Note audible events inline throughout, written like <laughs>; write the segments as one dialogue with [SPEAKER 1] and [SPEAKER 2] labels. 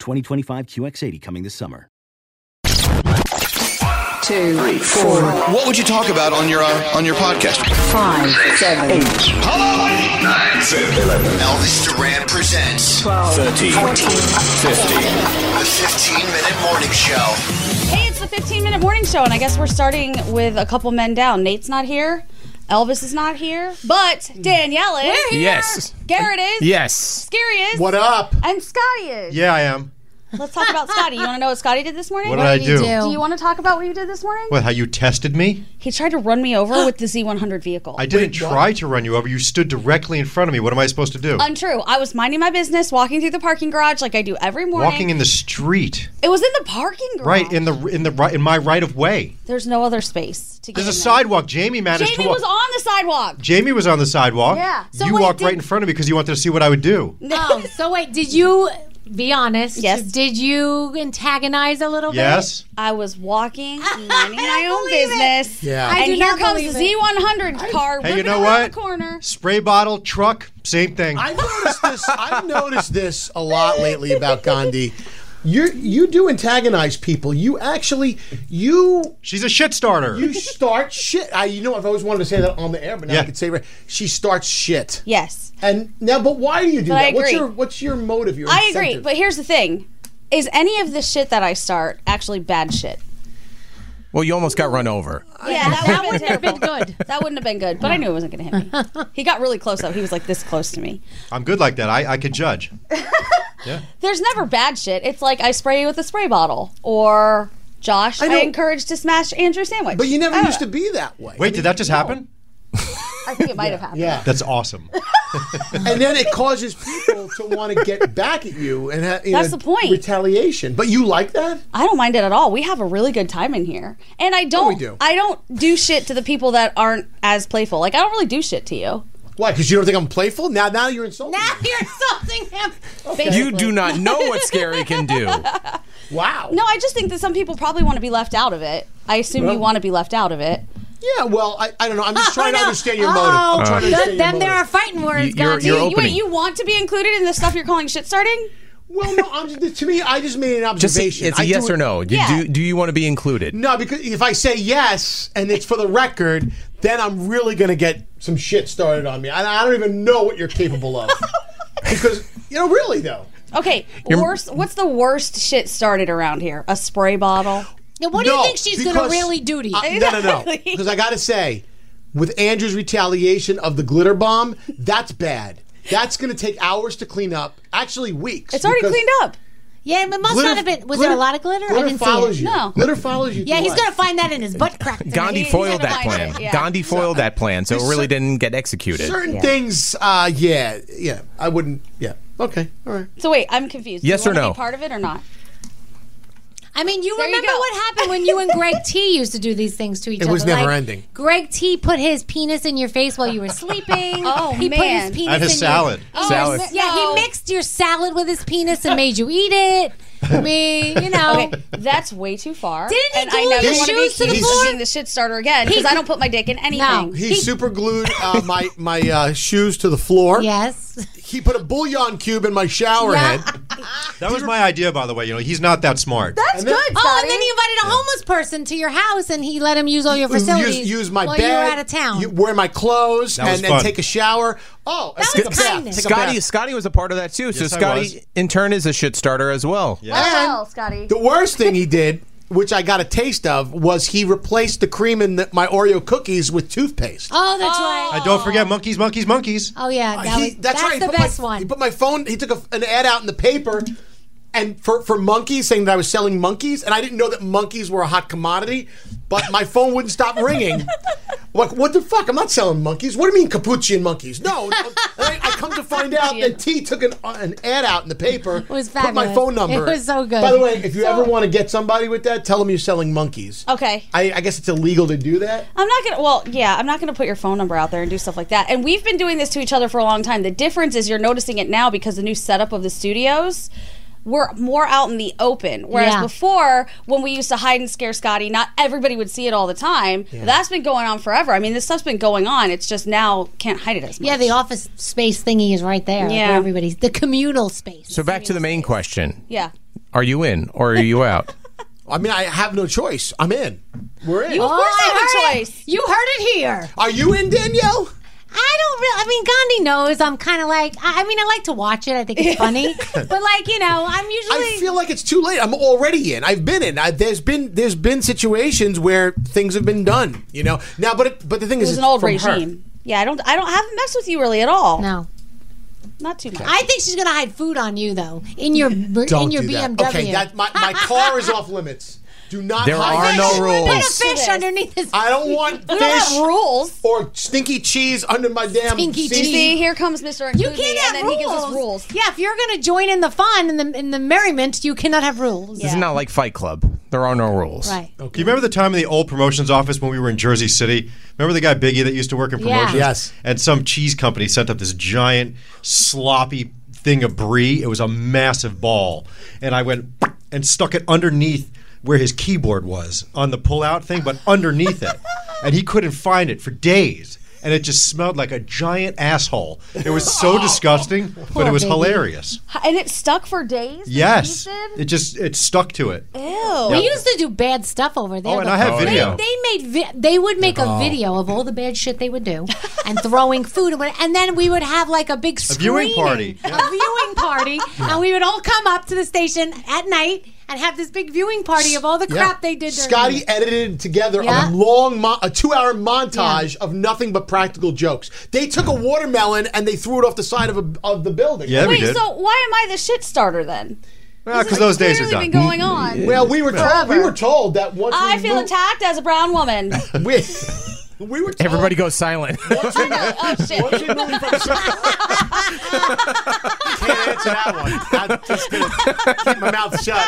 [SPEAKER 1] 2025 QX80 coming this summer.
[SPEAKER 2] two, four,
[SPEAKER 3] What would you talk about on your uh, on your podcast?
[SPEAKER 2] five, seven, eight,
[SPEAKER 3] Elvis Duran presents
[SPEAKER 2] twelve,
[SPEAKER 3] the 15 minute morning show.
[SPEAKER 4] Hey, it's the 15 minute morning show, and I guess we're starting with a couple men down. Nate's not here, Elvis is not here, but Danielle is. <laughs>
[SPEAKER 5] Yes.
[SPEAKER 4] Garrett is.
[SPEAKER 5] Yes.
[SPEAKER 4] Scary is.
[SPEAKER 6] What up?
[SPEAKER 4] And Scotty is.
[SPEAKER 6] Yeah, I am.
[SPEAKER 4] Let's talk about Scotty. You want to know what Scotty did this morning?
[SPEAKER 6] What did I do?
[SPEAKER 4] do you want to talk about what you did this morning?
[SPEAKER 6] What, how you tested me?
[SPEAKER 4] He tried to run me over with the Z100 vehicle.
[SPEAKER 6] I didn't try to run you over. You stood directly in front of me. What am I supposed to do?
[SPEAKER 4] Untrue. I was minding my business, walking through the parking garage like I do every morning.
[SPEAKER 6] Walking in the street,
[SPEAKER 4] It was in the parking garage.
[SPEAKER 6] right in the in the right in my right of way.
[SPEAKER 4] There's no other space to get
[SPEAKER 6] There's a
[SPEAKER 4] in there.
[SPEAKER 6] sidewalk. Jamie managed
[SPEAKER 4] Jamie
[SPEAKER 6] to walk.
[SPEAKER 4] was on the sidewalk.
[SPEAKER 6] Jamie was on the sidewalk.
[SPEAKER 4] Yeah. So
[SPEAKER 6] you
[SPEAKER 4] what I
[SPEAKER 6] walked
[SPEAKER 4] did-
[SPEAKER 6] right in front of me because you wanted to see what I would do.
[SPEAKER 7] Oh, so wait, did you be honest?
[SPEAKER 4] Yes.
[SPEAKER 7] Did you antagonize a little bit?
[SPEAKER 6] Yes.
[SPEAKER 4] I was
[SPEAKER 7] <laughs>
[SPEAKER 4] walking, minding my own business.
[SPEAKER 6] Yeah.
[SPEAKER 7] I
[SPEAKER 4] and
[SPEAKER 7] do
[SPEAKER 4] here
[SPEAKER 7] not
[SPEAKER 4] comes the
[SPEAKER 7] believe
[SPEAKER 4] Z100 car
[SPEAKER 6] Hey, you
[SPEAKER 4] ripping around
[SPEAKER 6] know what?
[SPEAKER 4] the corner.
[SPEAKER 6] Spray bottle, truck, same thing.
[SPEAKER 5] I've noticed this. I've noticed this a lot lately about Gandhi. You you do antagonize people. You actually you
[SPEAKER 6] She's a shit starter.
[SPEAKER 5] you start shit. I you know I've always wanted to say that on the air, but now
[SPEAKER 6] Yeah.
[SPEAKER 5] I can say it right. she starts shit.
[SPEAKER 4] Yes,
[SPEAKER 5] And now, but why do you do
[SPEAKER 4] But
[SPEAKER 5] that?
[SPEAKER 4] I
[SPEAKER 5] What's
[SPEAKER 4] agree.
[SPEAKER 5] your what's your motive? Your
[SPEAKER 4] I agree.
[SPEAKER 5] incentive?
[SPEAKER 4] But here's the thing: is any of the shit that I start actually bad shit?
[SPEAKER 8] Well, you almost got run over.
[SPEAKER 4] Yeah, that would have been
[SPEAKER 7] Been
[SPEAKER 4] terrible.
[SPEAKER 7] good.
[SPEAKER 4] <laughs> That wouldn't have been good, but I knew it wasn't going to hit <laughs> me. He got really close though. He was like this close to me.
[SPEAKER 6] I'm good like that. I, I could judge.
[SPEAKER 4] There's never bad shit. It's like I spray you with a spray bottle, or Josh, I,
[SPEAKER 5] don't-
[SPEAKER 4] encourage to smash Andrew's sandwich.
[SPEAKER 5] But you never
[SPEAKER 4] I don't
[SPEAKER 5] used
[SPEAKER 4] know.
[SPEAKER 5] to be that way.
[SPEAKER 6] Wait, did that just happen?
[SPEAKER 4] I think it might have happened.
[SPEAKER 5] Yeah.
[SPEAKER 6] That's awesome.
[SPEAKER 5] and then it causes people to want to get back at you and ha- you
[SPEAKER 4] That's
[SPEAKER 5] know,
[SPEAKER 4] the point.
[SPEAKER 5] Retaliation. But you like that?
[SPEAKER 4] I don't mind it at all. We have a really good time in here, and I don't.
[SPEAKER 5] Oh, we do.
[SPEAKER 4] I don't do shit to the people that aren't as playful. Like I don't really do shit to you.
[SPEAKER 5] Why? Because you don't think I'm playful? Now, Uh, now you're insulting. me.
[SPEAKER 7] You're insulting
[SPEAKER 5] <laughs>
[SPEAKER 7] him.
[SPEAKER 8] You do not know what Scary can do.
[SPEAKER 5] Wow.
[SPEAKER 4] No, I just think that some people probably want to be left out of it. I assume you want to be left out of it.
[SPEAKER 5] Yeah. Well, I, I don't know. I'm
[SPEAKER 8] Oh,
[SPEAKER 4] <laughs>
[SPEAKER 5] just trying to understand your motive.
[SPEAKER 7] Oh,
[SPEAKER 5] I'm trying to
[SPEAKER 7] th-
[SPEAKER 5] understand your
[SPEAKER 7] then there
[SPEAKER 5] motive.
[SPEAKER 7] are fighting words,
[SPEAKER 8] You're-
[SPEAKER 7] Gandhi.
[SPEAKER 8] you're
[SPEAKER 4] You, wait,
[SPEAKER 8] opening.
[SPEAKER 4] you want to be included in the stuff you're calling shit starting?
[SPEAKER 5] Well, no, I'm, just- to me, I just made an
[SPEAKER 8] Just a,
[SPEAKER 5] observation.
[SPEAKER 8] it's a
[SPEAKER 5] I
[SPEAKER 8] yes
[SPEAKER 5] do
[SPEAKER 8] or
[SPEAKER 5] it-
[SPEAKER 8] no. Do, do, do you want to be included?
[SPEAKER 5] No, because if I say yes and it's for the record, then I'm really going to get some shit started on me. I, I don't even know what you're capable
[SPEAKER 8] <laughs>
[SPEAKER 5] of. because, you know, really, though.
[SPEAKER 4] Okay,
[SPEAKER 5] You're-
[SPEAKER 4] worst. What's the worst shit started around here? A spray bottle.
[SPEAKER 7] Now, what do you think she's going to really do to you?
[SPEAKER 5] I- no, no, no. Because I got to say, with Andrew's retaliation of the glitter bomb, that's bad. That's going to take hours to clean up. Actually, weeks.
[SPEAKER 7] It's already cleaned
[SPEAKER 4] up.
[SPEAKER 7] Yeah, but must not have been. Was there a lot of glitter? I didn't
[SPEAKER 5] follows
[SPEAKER 7] see it.
[SPEAKER 5] you.
[SPEAKER 7] No.
[SPEAKER 5] Glitter follows you.
[SPEAKER 7] Yeah,
[SPEAKER 5] through
[SPEAKER 7] he's
[SPEAKER 5] life.
[SPEAKER 7] going to find that in his butt
[SPEAKER 5] <laughs>
[SPEAKER 7] crack. tonight.
[SPEAKER 8] Gandhi
[SPEAKER 7] He- he's
[SPEAKER 8] foiled
[SPEAKER 7] gonna
[SPEAKER 8] that
[SPEAKER 7] find
[SPEAKER 8] plan.
[SPEAKER 7] it, yeah.
[SPEAKER 8] Gandhi foiled that plan, so it
[SPEAKER 5] there's
[SPEAKER 8] really
[SPEAKER 5] cer-
[SPEAKER 8] didn't get executed.
[SPEAKER 5] Certain things, uh, yeah, yeah. I wouldn't, yeah. Okay, all right.
[SPEAKER 4] <laughs> So wait, I'm confused. Do
[SPEAKER 8] Yes
[SPEAKER 4] you
[SPEAKER 8] or
[SPEAKER 4] wanna
[SPEAKER 8] no?
[SPEAKER 4] Be part of it or not?
[SPEAKER 7] I mean, you remember what happened when you and Greg T used to do these things to each
[SPEAKER 5] It
[SPEAKER 7] other?
[SPEAKER 5] was never
[SPEAKER 7] like,
[SPEAKER 5] ending.
[SPEAKER 7] Greg T put his penis in your face while
[SPEAKER 4] <laughs>
[SPEAKER 7] you were sleeping.
[SPEAKER 4] Oh,
[SPEAKER 7] he put
[SPEAKER 4] man.
[SPEAKER 7] his penis
[SPEAKER 6] And his
[SPEAKER 7] in
[SPEAKER 6] salad.
[SPEAKER 7] Your,
[SPEAKER 6] Oh, Salad.
[SPEAKER 7] Yeah, he mixed your salad with his penis and made you eat it. I mean, you know.
[SPEAKER 4] Okay, <laughs> that's way too far.
[SPEAKER 7] Didn't he
[SPEAKER 4] and I
[SPEAKER 7] glue
[SPEAKER 4] never
[SPEAKER 7] his
[SPEAKER 4] want to be
[SPEAKER 7] shoes to the
[SPEAKER 4] accused of
[SPEAKER 7] floor?
[SPEAKER 4] being the shit starter again because
[SPEAKER 7] He-
[SPEAKER 4] I don't put my dick in anything.
[SPEAKER 5] He, super glued uh, my my uh, shoes to the floor.
[SPEAKER 7] Yes.
[SPEAKER 5] He put a bouillon cube in my shower head.
[SPEAKER 6] <laughs> That was my idea, by the way. You know, he's not that smart.
[SPEAKER 7] That's good. Oh, and then he invited a homeless person to your house, and he let him use all your facilities.
[SPEAKER 5] Use, use my
[SPEAKER 7] while
[SPEAKER 5] bed.
[SPEAKER 7] you were out of town.
[SPEAKER 5] you- wear my clothes
[SPEAKER 8] That was
[SPEAKER 5] and then
[SPEAKER 8] fun.
[SPEAKER 5] take a shower. Oh, that take a bath. Take a
[SPEAKER 8] Scotty,
[SPEAKER 5] bath.
[SPEAKER 8] Scotty was a part of that too. So
[SPEAKER 5] Yes, I was.
[SPEAKER 8] Scotty, in turn, is a shit starter as well.
[SPEAKER 4] Well, Scotty.
[SPEAKER 5] The worst thing he did, which I got a taste of, was he replaced the cream in the, my Oreo cookies with toothpaste.
[SPEAKER 7] oh, that's right.
[SPEAKER 6] I don't forget monkeys, monkeys, monkeys.
[SPEAKER 7] Oh yeah, that
[SPEAKER 5] Uh, He-
[SPEAKER 7] was, that's,
[SPEAKER 5] right.
[SPEAKER 7] the
[SPEAKER 5] he put my-
[SPEAKER 7] best one.
[SPEAKER 5] He put my phone. He took a, an ad out in the paper, and for for monkeys, saying that I was selling monkeys, and I didn't know that monkeys were a hot commodity. But my phone wouldn't stop
[SPEAKER 7] <laughs>
[SPEAKER 5] ringing. I'm like, what the fuck? I'm not selling monkeys. What do you mean capuchin monkeys? No. no. And I, I come to find out that T took an, uh, an ad out in the paper. It
[SPEAKER 7] was
[SPEAKER 5] Put my
[SPEAKER 7] fabulous.
[SPEAKER 5] phone number.
[SPEAKER 7] It was so Oh. good.
[SPEAKER 5] By the way, if you ever want to get somebody with that, tell them you're selling monkeys.
[SPEAKER 4] Okay.
[SPEAKER 5] I, I guess it's illegal to do that.
[SPEAKER 4] I'm not gonna. Well, yeah, I'm not gonna put your phone number out there and do stuff like that. And we've been doing this to each other for a long time. The difference is you're noticing it now because the new setup of the studios. We're more out in the open, whereas
[SPEAKER 7] Yeah.
[SPEAKER 4] before, when we used to hide and scare Scotty, not everybody would see it all the time.
[SPEAKER 7] Yeah.
[SPEAKER 4] That's been going on forever. I mean, this stuff's been going on. It's just now can't hide it as much.
[SPEAKER 7] yeah, the office space thingy is right there.
[SPEAKER 4] Yeah.
[SPEAKER 7] Yeah, everybody's the communal space.
[SPEAKER 8] So back to the main question:
[SPEAKER 4] Yeah,
[SPEAKER 8] Are you in or are you out?
[SPEAKER 5] <laughs> I mean, I have no choice. I'm
[SPEAKER 8] <laughs>
[SPEAKER 5] in. We're in.
[SPEAKER 4] You of course
[SPEAKER 7] Oh,
[SPEAKER 4] have a choice.
[SPEAKER 7] You heard it here.
[SPEAKER 5] Are you in, Danielle?
[SPEAKER 7] I don't really. I mean, Gandhi knows. I'm kind of like. I, I mean, I like to watch it. I think <laughs> it's funny.
[SPEAKER 5] <laughs>
[SPEAKER 7] but like, you know, I'm usually.
[SPEAKER 5] I feel like it's too late. I'm already in. I've been in. I, there's been there's been situations where things have been done. You know. Now, but it, but the thing
[SPEAKER 4] It
[SPEAKER 5] is,
[SPEAKER 4] was an
[SPEAKER 5] it's
[SPEAKER 4] old
[SPEAKER 5] from her.
[SPEAKER 4] regime. Yeah, I don't. I don't haven't messed with you really at all.
[SPEAKER 7] No,
[SPEAKER 4] not too much.
[SPEAKER 7] I think she's gonna hide food on you though in
[SPEAKER 5] <laughs>
[SPEAKER 7] your in
[SPEAKER 5] Don't
[SPEAKER 7] your
[SPEAKER 5] do
[SPEAKER 7] BMW.
[SPEAKER 5] that. Okay, that, my my car is <laughs> off limits. Do not.
[SPEAKER 8] There
[SPEAKER 5] hide
[SPEAKER 8] are
[SPEAKER 5] that
[SPEAKER 8] no
[SPEAKER 5] shit.
[SPEAKER 7] <laughs>
[SPEAKER 8] rules.
[SPEAKER 7] Put a fish underneath his.
[SPEAKER 5] I don't
[SPEAKER 7] <laughs>
[SPEAKER 5] want
[SPEAKER 4] We don't have
[SPEAKER 5] fish
[SPEAKER 4] rules.
[SPEAKER 5] or stinky cheese under my damn
[SPEAKER 7] Stinky
[SPEAKER 5] seat.
[SPEAKER 7] cheese.
[SPEAKER 4] See, here comes Mr.
[SPEAKER 7] You
[SPEAKER 4] Include Me,
[SPEAKER 7] can't
[SPEAKER 4] and
[SPEAKER 7] have
[SPEAKER 4] then
[SPEAKER 7] rules.
[SPEAKER 4] he gives us rules.
[SPEAKER 7] Yeah, if you're gonna join in the fun and the in the merriment, you cannot have rules.
[SPEAKER 8] This is not like Fight Club. There are no rules.
[SPEAKER 7] Right.
[SPEAKER 6] Do you remember the time in the old promotions office when we were in Jersey City? Remember the guy Biggie that used to work in
[SPEAKER 7] Yeah.
[SPEAKER 6] promotions?
[SPEAKER 5] Yes.
[SPEAKER 6] And some cheese company sent up this giant, sloppy thing of brie. It was a massive ball. And I went and stuck it underneath where his keyboard was on the pull-out thing, but underneath it. And he couldn't find it for days. And it just smelled like a giant asshole. It was
[SPEAKER 7] <laughs>
[SPEAKER 6] so disgusting, but
[SPEAKER 7] Poor
[SPEAKER 6] it was
[SPEAKER 7] Biggie.
[SPEAKER 6] hilarious.
[SPEAKER 4] And it stuck for days.
[SPEAKER 6] Yes.
[SPEAKER 4] Ew.
[SPEAKER 6] It just it stuck to it.
[SPEAKER 7] We used to do bad stuff over there.
[SPEAKER 6] Oh, and
[SPEAKER 7] though.
[SPEAKER 6] I have
[SPEAKER 7] They-
[SPEAKER 6] video.
[SPEAKER 7] They, made vi- they would make a video of all the bad shit they would
[SPEAKER 6] <laughs>
[SPEAKER 7] do and throwing food and, what- and then we would have like a big
[SPEAKER 6] A viewing
[SPEAKER 7] screening,
[SPEAKER 6] party.
[SPEAKER 7] a viewing
[SPEAKER 6] <laughs>
[SPEAKER 7] party, and we would all come up to the station at night and have this big viewing party of all the crap they did. during the
[SPEAKER 5] Scotty
[SPEAKER 7] week.
[SPEAKER 5] edited together
[SPEAKER 7] Yeah.
[SPEAKER 5] a long, mo- a two-hour montage of nothing but practical jokes. They took a watermelon and they threw it off the side of a, of the building.
[SPEAKER 6] Yeah, we
[SPEAKER 4] Wait,
[SPEAKER 6] did.
[SPEAKER 4] so why am I the shit starter then?
[SPEAKER 6] Because
[SPEAKER 4] This has
[SPEAKER 6] those days are done.
[SPEAKER 4] clearly been going on.
[SPEAKER 5] Well, we were told, we were told that once
[SPEAKER 4] I
[SPEAKER 5] we
[SPEAKER 4] feel
[SPEAKER 5] moved-
[SPEAKER 4] attacked as a brown woman.
[SPEAKER 5] We, <laughs> we were told
[SPEAKER 8] Everybody goes silent.
[SPEAKER 4] oh shit!
[SPEAKER 5] Once you
[SPEAKER 4] <laughs>
[SPEAKER 5] move from Can't answer that
[SPEAKER 8] <laughs>
[SPEAKER 5] one. I'm just gonna keep my mouth shut.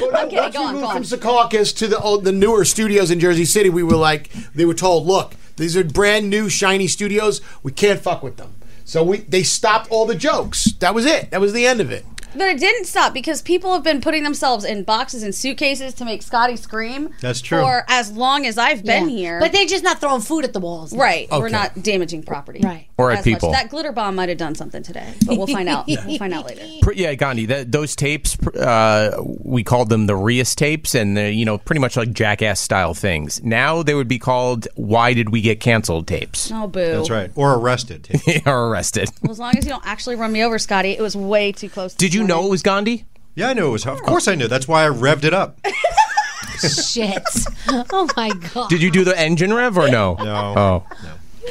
[SPEAKER 5] But
[SPEAKER 4] Okay,
[SPEAKER 5] once
[SPEAKER 4] go
[SPEAKER 5] we
[SPEAKER 4] on,
[SPEAKER 5] moved
[SPEAKER 4] go on.
[SPEAKER 5] <laughs> from Secaucus to the old, the newer studios in Jersey City, we were like, they were told, look, these are brand new shiny studios. We can't fuck with them. So we they stopped all the jokes. That was it. That was the end of it.
[SPEAKER 4] But it didn't stop because people have been putting themselves in boxes and suitcases to make Scotty scream.
[SPEAKER 6] That's true.
[SPEAKER 4] For as long as I've been
[SPEAKER 7] Yeah.
[SPEAKER 4] here.
[SPEAKER 7] But they're just not throwing food at the walls. now.
[SPEAKER 4] Right. We're
[SPEAKER 7] Okay.
[SPEAKER 4] not damaging property. Right.
[SPEAKER 8] Or at people.
[SPEAKER 4] That glitter bomb might have done something today, but we'll find
[SPEAKER 5] <laughs>
[SPEAKER 4] out. We'll find out later.
[SPEAKER 8] Pr- Yeah, Gandhi. That, those tapes, pr- uh, we called them the Rias tapes, and they're you know pretty much like jackass style things. Now they would be called "Why Did We Get Canceled?" tapes.
[SPEAKER 4] Oh, boo.
[SPEAKER 8] That's
[SPEAKER 6] right. Or arrested.
[SPEAKER 8] <laughs> or arrested.
[SPEAKER 4] Well, as long as you don't actually run me over, Scotty, it was way too close.
[SPEAKER 8] Did you know it was Gandhi?
[SPEAKER 6] Yeah, I knew it was. Of course, I knew. That's why I revved it up.
[SPEAKER 7] <laughs>
[SPEAKER 4] <laughs>
[SPEAKER 7] Shit. Oh my god.
[SPEAKER 8] Did you do the engine rev or no?
[SPEAKER 6] No.
[SPEAKER 8] Oh,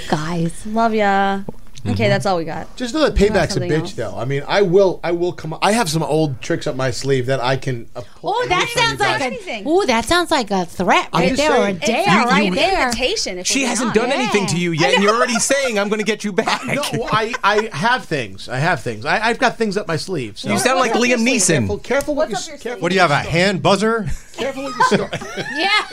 [SPEAKER 7] Guys,
[SPEAKER 4] love ya. Okay, that's all we got.
[SPEAKER 5] Just know that payback's a
[SPEAKER 4] Something
[SPEAKER 5] bitch,
[SPEAKER 4] else.
[SPEAKER 5] though. I mean, I will, I will come. I have some old tricks up my sleeve that I can. uh, pull
[SPEAKER 7] Oh, that sounds like
[SPEAKER 4] a.
[SPEAKER 7] Ooh, that sounds like a threat
[SPEAKER 5] I'm
[SPEAKER 7] right
[SPEAKER 5] just
[SPEAKER 7] there or a
[SPEAKER 5] saying.
[SPEAKER 7] dare
[SPEAKER 5] You- you-
[SPEAKER 7] right there.
[SPEAKER 4] Invitation. If
[SPEAKER 8] She hasn't done anything to you yet, and you're already saying I'm going to
[SPEAKER 5] <laughs>
[SPEAKER 8] get you back.
[SPEAKER 5] No, I, I have things. I have things. I, I've got things up my sleeve. So.
[SPEAKER 8] You sound like Liam
[SPEAKER 5] Careful,
[SPEAKER 8] Neeson.
[SPEAKER 5] careful what you careful.
[SPEAKER 6] What do you have? A <laughs> hand buzzer?
[SPEAKER 5] Careful what you
[SPEAKER 7] <laughs>
[SPEAKER 5] start.
[SPEAKER 7] yeah.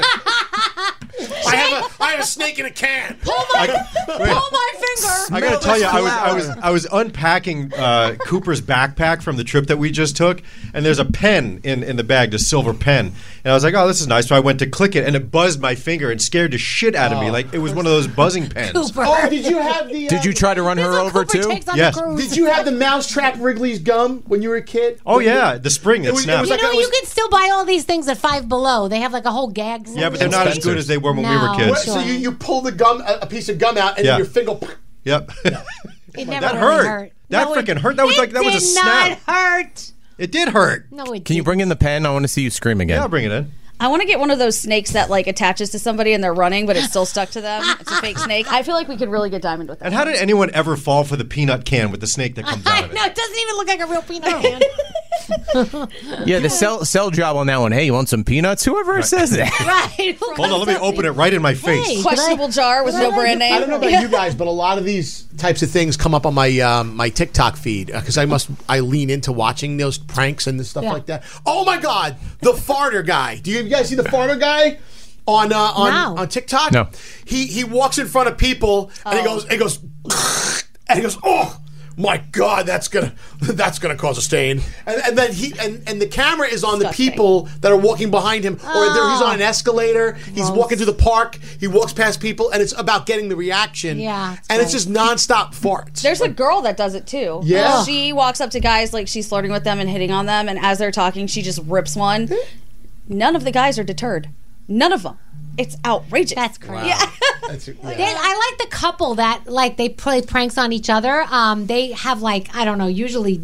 [SPEAKER 5] I have a I have a snake in a can.
[SPEAKER 7] Pull
[SPEAKER 6] my- pull
[SPEAKER 7] my finger.
[SPEAKER 6] I gotta tell you, I was I was I was unpacking uh, Cooper's backpack from the trip that we just took, and there's a pen in in the bag, this silver pen, and I was like, oh, this is nice. So I went to click it, and it buzzed my finger and scared the shit out of me, like it was one of those buzzing pens.
[SPEAKER 5] Oh, did you have the?
[SPEAKER 8] Did you try to run her over too?
[SPEAKER 6] Yes.
[SPEAKER 5] Did you have the mousetrap Wrigley's gum when you were a kid?
[SPEAKER 6] Oh yeah, the spring
[SPEAKER 5] It
[SPEAKER 6] that
[SPEAKER 5] was- it
[SPEAKER 6] snapped.
[SPEAKER 5] was
[SPEAKER 7] You know, you can still buy all these things at Five Below. They have like a whole gag.
[SPEAKER 6] yeah, but they're not as good as they were when we were
[SPEAKER 7] No,
[SPEAKER 6] kids.
[SPEAKER 5] So you, you pull the gum, a, a piece of gum out, and
[SPEAKER 6] Yeah.
[SPEAKER 5] your finger.
[SPEAKER 6] Yep.
[SPEAKER 7] It never
[SPEAKER 6] that
[SPEAKER 7] really
[SPEAKER 6] hurt.
[SPEAKER 7] hurt.
[SPEAKER 6] That
[SPEAKER 7] No, it-
[SPEAKER 6] freaking hurt. That was
[SPEAKER 7] it
[SPEAKER 6] like that was a
[SPEAKER 7] did
[SPEAKER 6] snap.
[SPEAKER 7] Not hurt.
[SPEAKER 6] It did hurt.
[SPEAKER 7] No, it
[SPEAKER 8] Can you bring in the pen? I want to see you scream again.
[SPEAKER 6] Yeah, I'll bring it in.
[SPEAKER 4] I want to get one of those snakes that like attaches to somebody and they're running, but it's still stuck to them. It's a
[SPEAKER 7] <laughs>
[SPEAKER 4] fake snake. I feel like we could really get diamond with that.
[SPEAKER 6] And how did anyone ever fall for the peanut can with the snake that comes
[SPEAKER 7] <laughs>
[SPEAKER 6] out of it?
[SPEAKER 7] No, it doesn't even look like a real
[SPEAKER 6] <laughs>
[SPEAKER 7] peanut man.
[SPEAKER 8] Yeah, the sell sell job on that one. Hey, you want some peanuts? Whoever says that.
[SPEAKER 7] <laughs> right.
[SPEAKER 6] <laughs> Hold on, let me open it right in my face.
[SPEAKER 7] Hey,
[SPEAKER 4] questionable jar with no brand name?
[SPEAKER 5] I don't know about you guys, but a lot of these types of things come up on my um, my TikTok feed because I must I lean into watching those pranks and this stuff
[SPEAKER 7] Yeah.
[SPEAKER 5] like that. Oh my God, the farter guy! Do you guys see the farter guy on uh, on
[SPEAKER 7] No.
[SPEAKER 5] on TikTok?
[SPEAKER 8] No.
[SPEAKER 5] He he walks in front of people
[SPEAKER 4] Oh.
[SPEAKER 5] and he goes he goes <laughs> and he goes oh. My God, that's gonna <laughs> that's gonna cause a stain, and, and then he and, and the camera is on the
[SPEAKER 4] Disgusting. Oh.
[SPEAKER 5] people that are walking behind him, or they're, he's on an escalator. He's walking through the park. He walks past people, and it's about getting the reaction.
[SPEAKER 7] Yeah,
[SPEAKER 5] and
[SPEAKER 7] that's
[SPEAKER 5] it's just nonstop farts.
[SPEAKER 4] There's a girl that does it too.
[SPEAKER 5] Yeah.
[SPEAKER 4] She walks up to guys like she's flirting with them and hitting on them, and as they're talking, she just rips one. None of the guys are deterred. None of them. It's outrageous.
[SPEAKER 7] That's <laughs> crazy.
[SPEAKER 5] <laughs> That's-
[SPEAKER 7] They, I like the couple that like they play pranks on each other. Um, they have like I don't know, usually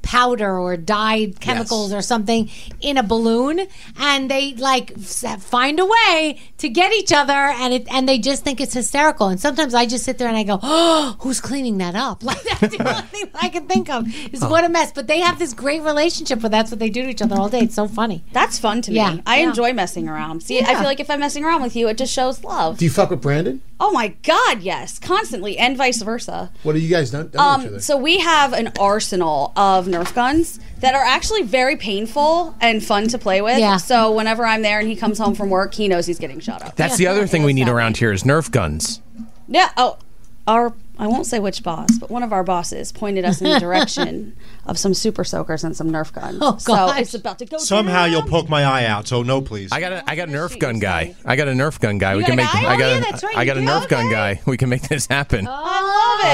[SPEAKER 7] powder or dyed chemicals or something in a balloon, and they like s- find a way to get each other, and it and they just think it's hysterical. And sometimes I just sit there and I go, "Oh, who's cleaning that up?" <laughs> Like that's the only thing I can think of is what a mess. But they have this great relationship where that's what they do to each other all day. It's so funny.
[SPEAKER 4] That's fun to me.
[SPEAKER 7] Yeah.
[SPEAKER 4] I
[SPEAKER 7] Yeah.
[SPEAKER 4] enjoy messing around. See, I
[SPEAKER 7] Yeah.
[SPEAKER 4] feel like if I'm messing around with you, it just shows love.
[SPEAKER 5] Do you fuck with Brandon?
[SPEAKER 4] oh my God, yes. Constantly, and vice versa.
[SPEAKER 5] What do you guys done? done with each
[SPEAKER 4] Um,
[SPEAKER 5] other?
[SPEAKER 4] so we have an arsenal of Nerf guns that are actually very painful and fun to play with.
[SPEAKER 7] Yeah.
[SPEAKER 4] So whenever I'm there and he comes home from work, he knows he's getting shot up.
[SPEAKER 8] That's the other thing we need around here is Nerf guns.
[SPEAKER 4] Yeah. Oh, our I won't say which boss, but one of our bosses pointed us in
[SPEAKER 7] <laughs>
[SPEAKER 4] the direction of some super soakers and some Nerf guns.
[SPEAKER 7] Oh,
[SPEAKER 4] So
[SPEAKER 7] gosh.
[SPEAKER 4] it's about to go.
[SPEAKER 6] Somehow
[SPEAKER 4] down.
[SPEAKER 6] you'll poke my eye out, so no, please.
[SPEAKER 8] I got a I got a Nerf gun guy. I got a Nerf gun guy. We
[SPEAKER 4] got
[SPEAKER 8] can
[SPEAKER 4] a
[SPEAKER 8] make.
[SPEAKER 4] guy?
[SPEAKER 8] I
[SPEAKER 4] Oh, yeah,
[SPEAKER 8] got
[SPEAKER 4] that's
[SPEAKER 8] a
[SPEAKER 4] right,
[SPEAKER 8] I got a
[SPEAKER 4] you do.
[SPEAKER 8] Nerf gun guy. <laughs> We can make this happen.
[SPEAKER 4] I love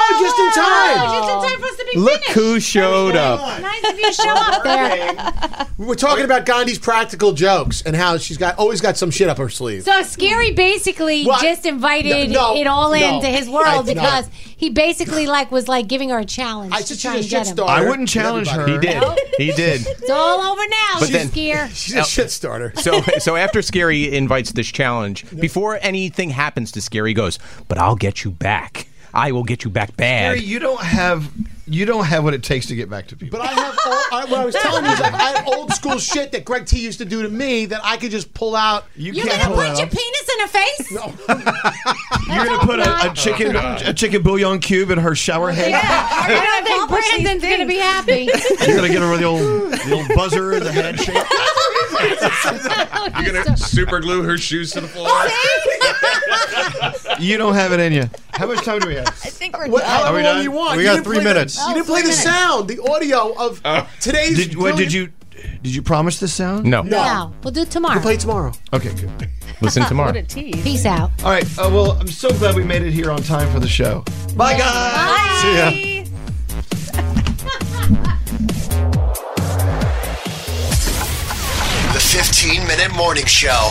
[SPEAKER 4] it.
[SPEAKER 5] oh, no, just in time.
[SPEAKER 7] Just in time for us to be
[SPEAKER 8] Look who showed up.
[SPEAKER 7] nice if you show up there.
[SPEAKER 5] We were talking about Gandhi's practical jokes and how she's got always got some shit up her sleeve.
[SPEAKER 7] So Scary basically
[SPEAKER 5] Well, I-
[SPEAKER 7] just invited
[SPEAKER 5] No, no,
[SPEAKER 7] it all
[SPEAKER 5] no.
[SPEAKER 7] into his world
[SPEAKER 5] I- no.
[SPEAKER 7] because he basically like was like giving her a challenge
[SPEAKER 5] I
[SPEAKER 7] to
[SPEAKER 5] said
[SPEAKER 7] try and
[SPEAKER 5] she's a
[SPEAKER 7] get
[SPEAKER 5] shit
[SPEAKER 7] him.
[SPEAKER 5] star.
[SPEAKER 8] I wouldn't challenge her. He <laughs> did. He did.
[SPEAKER 7] It's all over now,
[SPEAKER 8] But
[SPEAKER 7] she's
[SPEAKER 8] then-
[SPEAKER 7] Scare.
[SPEAKER 5] She's a shit starter.
[SPEAKER 8] So so after Scary invites this challenge, before anything happens to Scary he goes, but I'll get you back. I will get you back bad.
[SPEAKER 9] Gary, you don't have you don't have what it takes to get back to people.
[SPEAKER 5] But I have all, I, what I was telling you is like, I have old school shit that Greg T used to do to me that I could just pull out.
[SPEAKER 7] You're gonna put your penis in her face? No.
[SPEAKER 9] You're gonna put a, a chicken a chicken bouillon cube in her shower head.
[SPEAKER 7] I don't think Brandon's gonna be happy.
[SPEAKER 9] You're gonna give her the old the old buzzer, the head shake. <laughs>
[SPEAKER 10] You're gonna super glue her shoes to the floor.
[SPEAKER 9] you don't have it in you.
[SPEAKER 6] How much time do we have?
[SPEAKER 4] I think we're
[SPEAKER 5] What,
[SPEAKER 9] done. Are
[SPEAKER 5] however
[SPEAKER 9] we
[SPEAKER 5] long
[SPEAKER 9] done?
[SPEAKER 5] you want.
[SPEAKER 9] We
[SPEAKER 5] You
[SPEAKER 9] got
[SPEAKER 5] didn't
[SPEAKER 9] three
[SPEAKER 5] play the-
[SPEAKER 9] minutes.
[SPEAKER 5] you didn't play the sound, the audio of today's.
[SPEAKER 9] Did, what did you? Did you promise the sound? No.
[SPEAKER 7] No. We'll do it tomorrow. <laughs>
[SPEAKER 5] play tomorrow.
[SPEAKER 9] Okay. Good. Listen tomorrow.
[SPEAKER 7] Peace out.
[SPEAKER 9] All right. Uh, well, I'm so glad we made it here on time for the show. Bye, guys. See ya.
[SPEAKER 3] The 15 Minute Morning Show.